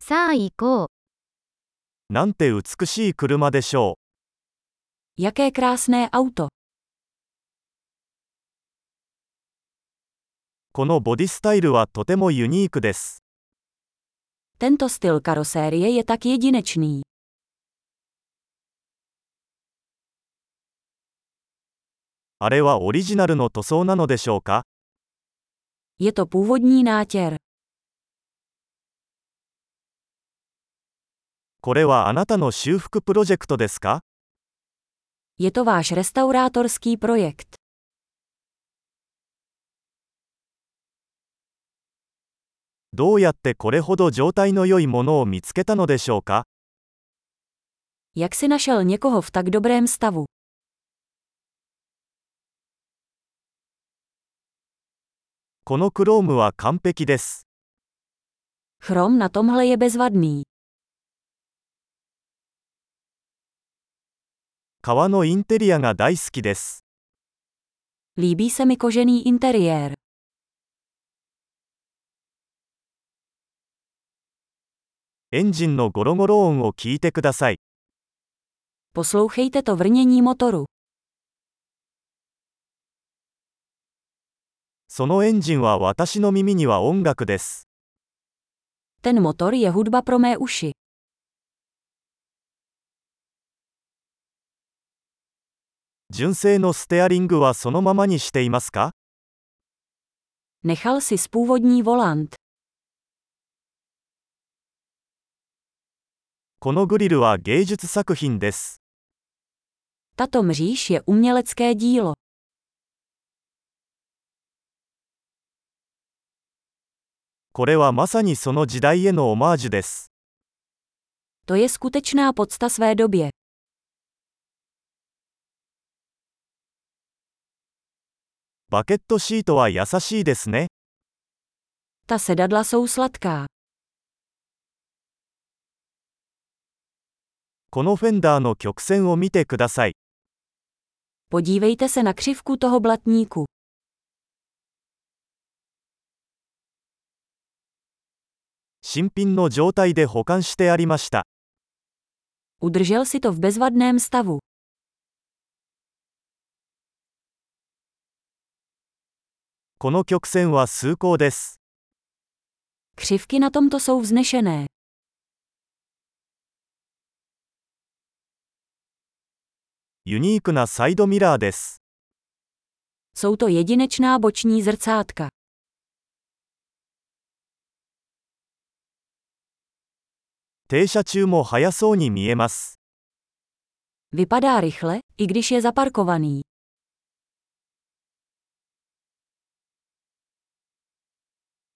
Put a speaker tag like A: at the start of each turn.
A: さあ行こう。
B: なんて美しい車でしょ
C: Jaké krásné auto.
B: う。このボディスタイルはとてもユニークです。
C: Tento styl karosérie je tak jedinečný.
B: あれはオリジナルの塗装なのでしょうか
C: Je to původní nátěr.
B: これはあなたの修復プロジェクトですか
C: Je to váš restaurátorský projekt.
B: どうやってこれほど状態の良いものを見つけたのでしょうか
C: Jak si našel někoho v tak dobrém stavu?
B: このクロームは完璧です。
C: Chrom na tomhle je bezvadný.
B: 革のインテリアが大好きです。
C: Líbí se mi kožený interiér.
B: エンジンのゴロゴロ音を聞いてください。
C: Poslouchejte to vrnění motoru.
B: そのエンジンは私の耳には音楽です。
C: Ten motor je hudba pro mé uši.
B: 純正のステアリングはそのままにしていますか
C: Nechal si spůvodní volant.
B: このグリルは芸術作品です。
C: Tato mříž je umělecké dílo.
B: これはまさにその時代へのオマージュです。
C: To je skutečná podsta své době.
B: バケットシートは優しいですね。
C: Ta sedadla jsou sladká.
B: このフェンダーの曲線を見てください。
C: Podívejte se na křivku toho blatníku.
B: 新品の状態で保管してありました。
C: Udržel si to v bezvadném stavu.
B: この曲線は崇高です。
C: Křivky na tomto jsou vznešené.
B: ユニークなサイドミラーです。
C: Jsou to jedinečná boční zrcátka.
B: 停車中も速そうに見えます。
C: Vypadá rychle, i když je zaparkovaný.